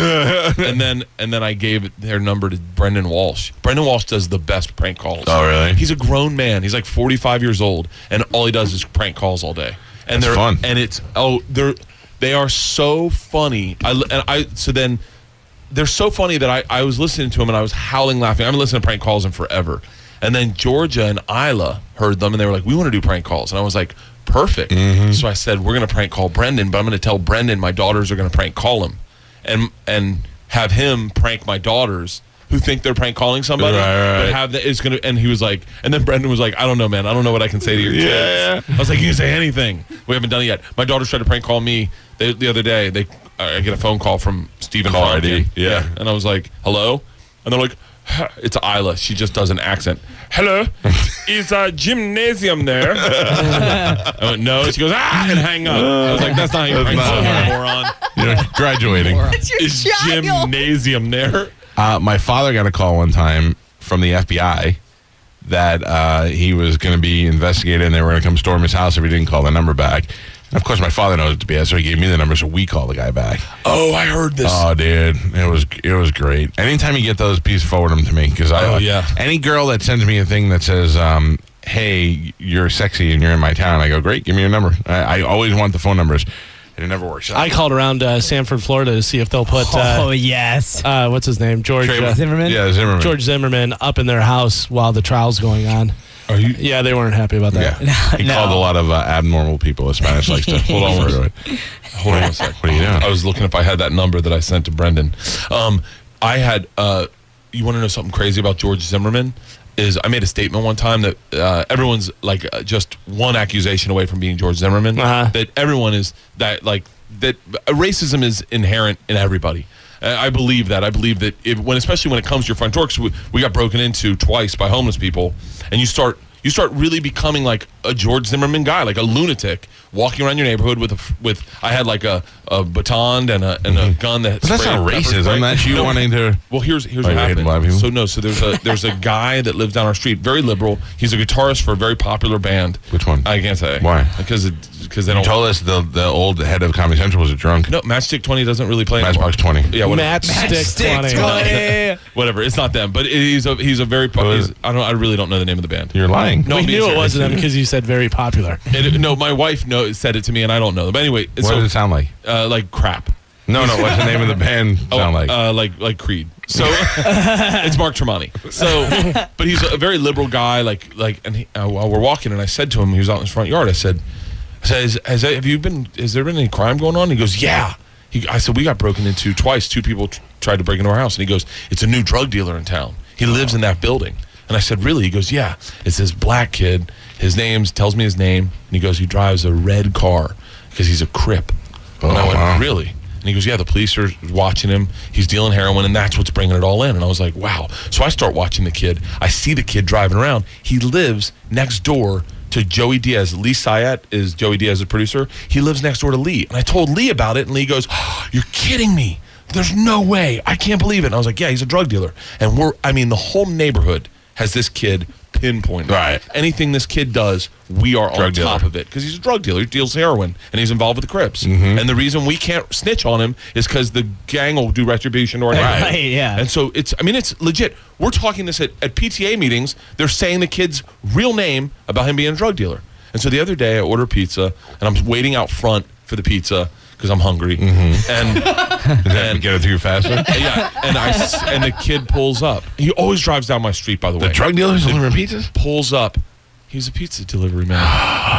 S10: and then and then I gave their number to Brendan Walsh. Brendan Walsh does the best prank calls.
S2: Oh, really?
S10: He's a grown man. He's like 45 years old, and all he does is prank calls all day. And
S2: That's
S10: they're
S2: fun.
S10: and it's oh they're they are so funny. I l- and I so then they're so funny that I I was listening to him and I was howling laughing. I haven't listened to prank calls in forever. And then Georgia and Isla heard them and they were like, "We want to do prank calls." And I was like, "Perfect."
S2: Mm-hmm.
S10: So I said, "We're going to prank call Brendan, but I'm going to tell Brendan my daughters are going to prank call him." and and have him prank my daughters who think they're prank calling somebody,
S2: Right, right,
S10: but
S2: right.
S10: have the, it's gonna. And he was like, and then Brendan was like, I don't know, man, I don't know what I can say to your kids. I was like, you can say anything. We haven't done it yet. My daughters tried to prank call me the, the other day. They, I get a phone call from Stephen
S2: Call
S10: Hawking.
S2: ID, yeah.
S10: and I was like, hello, and they're like, "Huh." it's Isla. She just does an accent. uh,
S12: Hello, is a gymnasium there?
S10: I went, no. She goes, ah, and hang up. I was like, that's not how you prank call, you moron.
S2: You're graduating.
S6: It's your
S10: Is
S6: child.
S10: gymnasium there?
S2: Uh, my father got a call one time from the FBI that uh, he was going to be investigated and they were going to come storm his house if he didn't call the number back. And of course, my father knows it to be so he gave me the number, so we call the guy back.
S10: Oh, I heard this.
S2: Oh, dude, it was it was great. Anytime you get those, please forward them to me because I.
S10: Oh, yeah.
S2: Any girl that sends me a thing that says, um, "Hey, you're sexy and you're in my town," I go, "Great, give me your number." I, I always want the phone numbers, and it never works.
S13: I called around uh, Sanford, Florida to see if they'll put,
S5: oh
S13: uh,
S5: yes.
S13: uh, what's his name? George.
S2: Trey-
S13: uh,
S5: Zimmerman?
S2: Yeah, Zimmerman.
S13: George Zimmerman up in their house while the trial's going on.
S10: Are you?
S13: Yeah, they weren't happy about
S2: Yeah.
S13: that.
S2: he
S5: No.
S2: called a lot of uh, abnormal people, as Spanish likes to
S10: Hold on.
S2: refer to it.
S10: Hold on a sec.
S2: What are you doing?
S10: I was looking if I had that number that I sent to Brendan. Um, I had. Uh, you want to know something crazy about George Zimmerman? is I made a statement one time that uh, everyone's like uh, just one accusation away from being George Zimmerman.
S13: Uh-huh.
S10: That everyone is that like that uh, racism is inherent in everybody. Uh, I believe that. I believe that if, when especially when it comes to your front door, 'cause we, we got broken into twice by homeless people, and you start you start really becoming like a George Zimmerman guy, like a lunatic walking around your neighborhood with a f- with I had like a, a baton and a and a gun
S2: Mm-hmm. But
S10: that.
S2: that's
S10: sprayed
S2: not
S10: pepper
S2: racism.
S10: spray.
S2: That's you
S10: No.
S2: wanting to-
S10: Well, here's here's
S2: Like
S10: what
S2: Oh, hating
S10: happened.
S2: black people?
S10: So no, so there's a there's a guy that lives down our street, very liberal. He's a guitarist for a very popular band.
S2: Which one?
S10: I can't say
S2: Why?
S10: because because they
S2: You
S10: don't.
S2: told us the the old head of Comedy Central was a drunk.
S10: no, Matchstick Twenty doesn't really play. anymore.
S2: Matchbox Twenty.
S10: Yeah, whatever.
S13: Matchstick 20.
S10: whatever. It's not them, but it, he's a he's a very. Po- he's, I don't. I really don't know the name of the band.
S2: You're lying.
S10: No,
S13: we
S10: I'm being
S13: knew it
S10: serious.
S13: wasn't them because you said very popular.
S10: It- no, my wife know, said it to me, and I don't know them. But anyway,
S2: What
S10: so
S2: does it sound like?
S10: uh, like crap.
S2: No, no. What's the name of the band sound like?
S10: Uh, like like Creed. So it's Mark Tremonti. So, but he's a very liberal guy. Like like, and he, uh, while we're walking, and I said to him, he was out in his front yard. I said, I said, has, has have you been? Has there been any crime going on? He goes, yeah. He, I said, we got broken into twice. Two people tr- tried to break into our house, and he goes, it's a new drug dealer in town. He lives in that building. And I said, really? He goes, yeah. It's this black kid. His name's tells me his name, and he goes, he drives a red car because he's a crip. and I
S2: Oh,
S10: went,
S2: wow.
S10: really? really? And he goes, yeah, the police are watching him. He's dealing heroin, and that's what's bringing it all in. And I was like, wow. So I start watching the kid. I see the kid driving around. He lives next door to Joey Diaz. Lee Syatt is Joey Diaz's producer. He lives next door to Lee. And I told Lee about it, and Lee goes, oh, you're kidding me. There's no way. I can't believe it. And I was like, yeah, he's a drug dealer. And we're, I mean, the whole neighborhood has this kid pinpointed.
S2: Right.
S10: Anything this kid does, we are on
S2: Drug dealer.
S10: top of it because he's a drug dealer. He deals heroin and he's involved with the Crips. And the reason we can't snitch on him is because the gang will do retribution or
S5: Right. Right, yeah.
S10: And so it's, I mean, it's legit. We're talking this at, at PTA meetings. They're saying the kid's real name about him being a drug dealer. And so the other day I order pizza and I'm waiting out front for the pizza because I'm hungry. And
S2: Does that get it through faster?
S10: yeah, and I s- and the kid pulls up. He always drives down my street, by the way.
S2: The drug dealers delivering pizzas?
S10: pulls up. He's a pizza delivery man.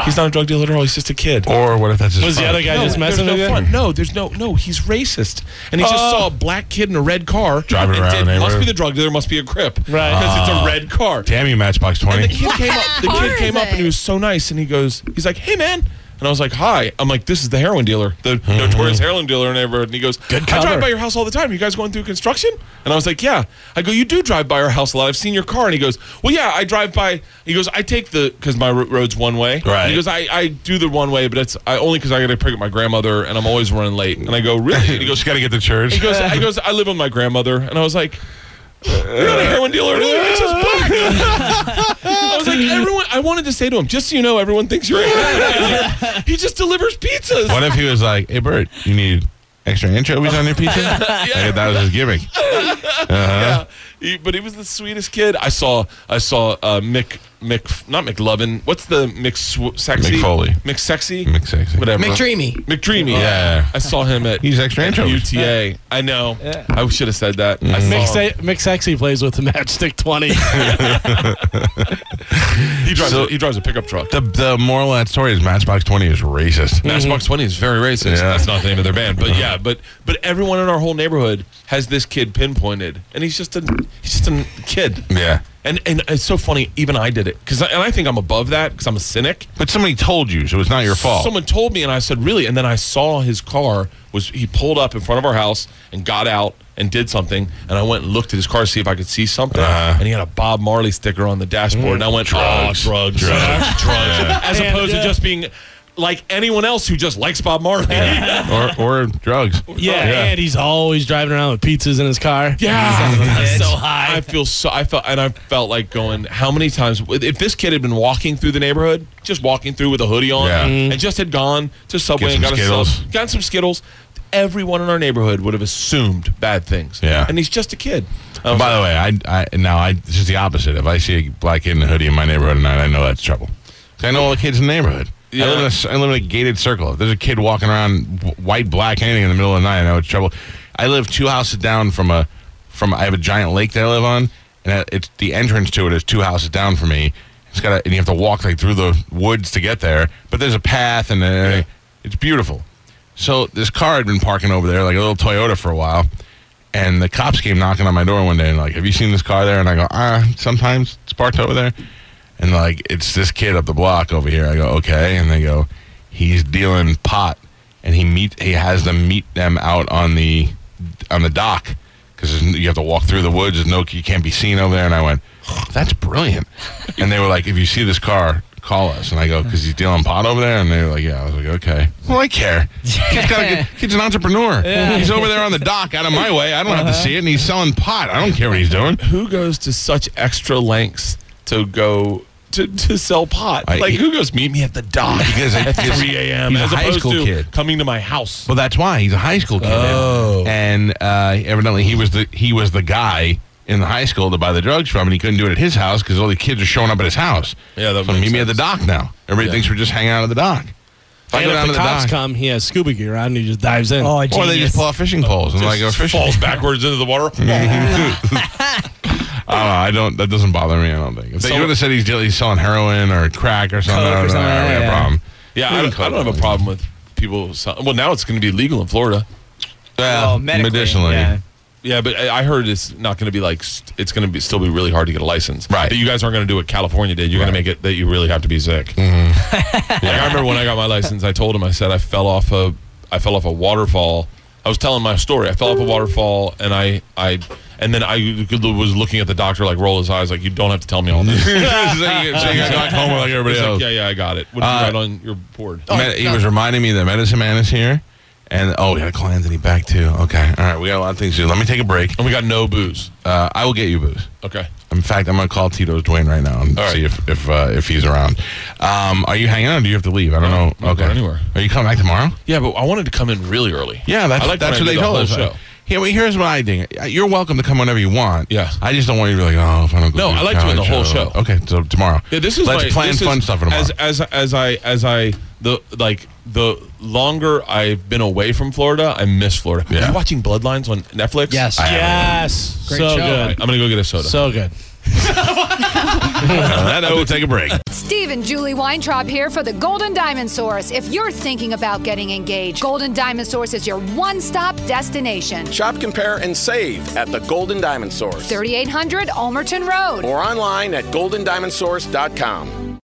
S10: He's not a drug dealer at all. He's just a kid.
S2: Or what if that's Oh, just
S13: Was the
S2: fun?
S13: other guy
S10: no,
S13: just
S10: there's
S13: messing
S10: no
S13: with you?
S10: fun. No, there's no no. He's racist, and he just saw a black kid in a red car
S2: Oh. Driving
S10: and
S2: around
S10: did-
S2: the
S10: Must
S2: neighborhood. Ah.
S10: be the drug dealer. Must be a crip.
S13: Right.
S10: because it's a red car.
S2: Damn you, Matchbox
S10: And the
S2: Twenty.
S10: kid came up. The
S6: What
S10: kid
S6: is
S10: came up and he
S6: it?
S10: was so nice. And he goes, he's like, "Hey, man." And I was like, "Hi." I'm like, "This is the heroin dealer, the notorious heroin dealer in the neighborhood." And he goes,
S13: Good
S10: "I drive
S13: cover.
S10: by your house all the time. You guys going through construction?" And I was like, "Yeah." I go, "You do drive by our house a lot. I've seen your car." And he goes, "Well, yeah, I drive by." He goes, "I take the because my ro- road's one way."
S2: Right.
S10: He goes, "I, I do the one way, but it's I only because I got to pick up my grandmother, and I'm always running late." And I go, "Really?" And he
S2: You
S10: goes,
S2: just got to get to church.
S10: he goes, I goes, I live with my grandmother, and I was like, you're not a heroin dealer, and you're just black. I was like, everyone. I wanted to say to him, just so you know, everyone thinks you're a heroin dealer. He just delivers pizzas.
S2: What if he was like, "Hey, Bert, you need extra anchovies on your pizza"? Like, that was his gimmick. Uh-huh.
S10: Yeah. He- but he was the sweetest kid. I saw. I saw uh, Mick. Mick, not McLovin. What's the Mick Sw- Sexy?
S2: Mick Foley.
S10: Mick Sexy.
S2: Mick Sexy.
S10: Whatever.
S4: McDreamy.
S10: McDreamy.
S2: Yeah.
S10: I saw him at.
S2: He's extra
S10: at
S2: anchovies.
S10: UTA. I know. I should have said that.
S2: Mm.
S10: I saw
S13: Mick,
S10: him.
S13: Se- Mick Sexy plays with the Matchstick 20.
S10: He drives.
S2: So-
S10: a, he drives a pickup truck.
S2: The the moral of that story is Matchbox Twenty is racist.
S10: Matchbox Twenty is very racist.
S2: Yeah.
S10: That's not the name of their band, but yeah, but but everyone in our whole neighborhood has this kid pinpointed, and he's just a he's just a kid.
S2: Yeah.
S10: and and it's so funny. Even I did it because, and I think I'm above that because I'm a cynic.
S2: But somebody told you, so it's not your fault.
S10: Someone told me, and I said, "Really?" And then I saw his car was he pulled up in front of our house and got out and did something. And I went and looked at his car to see if I could see something.
S2: Uh-huh.
S10: And he had a Bob Marley sticker on the dashboard. And I went,
S2: Drugs.
S10: "Oh, drugs, drugs, drugs," as
S13: And,
S10: opposed
S13: uh,
S10: to just being like anyone else who just likes Bob Marley.
S2: or or drugs.
S13: yeah, and he's always driving around with pizzas in his car.
S10: Yeah,
S13: so high.
S10: I feel so. I felt and I felt like going. How many times? If this kid had been walking through the neighborhood, just walking through with a hoodie on,
S2: Yeah. Mhm.
S10: and just had gone to Subway and
S2: some
S10: got a
S2: Skittles.
S10: sub, got some Skittles, everyone in our neighborhood would have assumed bad things.
S2: Yeah.
S10: and he's just a kid.
S2: And
S10: I was
S2: by
S10: like,
S2: the way, I, I now I this is the opposite. If I see a black kid in a hoodie in my neighborhood at night, I know that's trouble. 'Cause I know all the kids in the neighborhood.
S10: Yeah.
S2: I, live in a, s- I live in a gated circle. If there's a kid walking around, w- white, black, anything in the middle of the night, I know it's trouble. I live two houses down from a from. I have a giant lake that I live on, and I- it's the entrance to it is two houses down from me. It's got and you have to walk like through the woods to get there. But there's a path, and uh, it's beautiful. So this car had been parking over there, like a little Toyota, for a while And the cops came knocking on my door one day and like, have you seen this car there? And I go, ah, sometimes it's parked over there. And like, it's this kid up the block over here. I go, okay. And they go, he's dealing pot, and he meet he has them meet them out on the on the dock because you have to walk through the woods. There's no you can't be seen over there. And I went, that's brilliant. And they were like, if you see this car, call us. And I go, because he's dealing pot over there. And they were like, yeah. I was like, okay. Well, I care. He's got a good, kid's an entrepreneur.
S10: Yeah.
S2: He's over there on the dock, out of my way. I don't have to see it. And he's selling pot. I don't care what he's doing.
S10: Who goes to such extra lengths to go to, to sell pot?
S2: I-
S10: like, who goes, meet me at the dock
S2: Because I-
S10: at
S2: because
S10: 3 a.m.
S2: he's a
S10: as
S2: high
S10: opposed
S2: school
S10: to
S2: kid.
S10: coming to my house?
S2: Well, that's why he's a high school kid,
S10: Oh.
S2: and uh, evidently he was the he was the guy in the high school to buy the drugs from, and he couldn't do it at his house because all the kids are showing up at his house.
S10: Yeah, that
S2: so
S10: makes
S2: meet me at the dock now. Everybody
S10: Yeah.
S2: thinks we're just hanging out at the dock. If I
S13: And
S2: go
S13: if
S2: down
S13: the
S2: to the
S13: cops
S2: dock,
S13: come, he has scuba gear on and he just dives in.
S5: Oh,
S2: or they
S5: genius.
S2: just pull out fishing poles and like "Oh, go
S10: Just
S2: fishing.
S10: falls backwards into the water.
S2: I don't know, I don't. That doesn't bother me. I don't think. If they
S10: So-
S2: would have said he's, deal- he's selling heroin or crack or something, I
S5: Coke or
S2: don't know,
S5: something,
S2: I don't have a
S5: yeah.
S2: problem.
S10: yeah, I don't, I don't have a problem with people. sell- Well, now it's going to be legal in Florida.
S2: Well,
S5: Well, medically,
S2: medicinally,
S5: yeah.
S10: Yeah, but I I heard it's not going to be like st- it's going to be still be really hard to get a license.
S2: Right.
S10: But you guys aren't going to do what California did. You're going to make it that you really have to be sick. Like, I remember when I got my license, I told him I said I fell off a I fell off a waterfall. I was telling my story. I fell off a waterfall and I I and then I was looking at the doctor like roll his eyes like you don't have to tell me all this.
S2: so you, so you got knocked home like everybody
S10: He's like,
S2: else.
S10: yeah, yeah, I got it. Oh, What did
S2: Uh,
S10: you write on your board?
S2: Med- he was reminding me that Medicine Man is here. And oh, we got to call Anthony back too. Okay. All right. We got a lot of things to do. Let me take a break.
S10: And we got no booze.
S2: Uh, I will get you booze.
S10: Okay.
S2: In fact, I'm going to call Tito's Dwayne right now and
S10: All right.
S2: see if if, uh, if he's around. Um, are you hanging out or do you have to leave? I don't
S10: No, I'm
S2: know.
S10: not
S2: okay.
S10: going anywhere.
S2: Are you coming back tomorrow?
S10: Yeah, but I wanted to come in really early.
S2: Yeah, that's,
S10: I like
S2: that's
S10: when
S2: what they
S10: I did the
S2: told us.
S10: whole Show.
S2: Yeah, well, here's what I think. You're welcome to come whenever you want.
S10: Yeah.
S2: I just don't want you to be like, oh, if I don't go.
S10: No,
S2: to
S10: I like doing the
S2: college,
S10: whole show.
S2: uh, Okay, so tomorrow.
S10: Yeah, this is
S2: Let's
S10: my,
S2: plan
S10: this
S2: fun
S10: is,
S2: stuff for tomorrow.
S10: As as as I as I the like the longer I've been away from Florida, I miss Florida.
S2: Yeah.
S10: Are you watching Bloodlines on Netflix?
S4: Yes.
S10: I-
S13: Yes.
S4: Great
S13: so
S4: show.
S10: All right,
S13: good.
S10: I'm gonna go get a soda.
S13: So good.
S2: On that note, we'll Uh-huh. take a break.
S7: Steve and Julie Weintraub here for the Golden Diamond Source. If you're thinking about getting engaged, Golden Diamond Source is your one stop destination.
S14: Shop, compare, and save at the Golden Diamond Source.
S7: 3800 Olmerton Road.
S14: Or online at goldendiamondsource.com.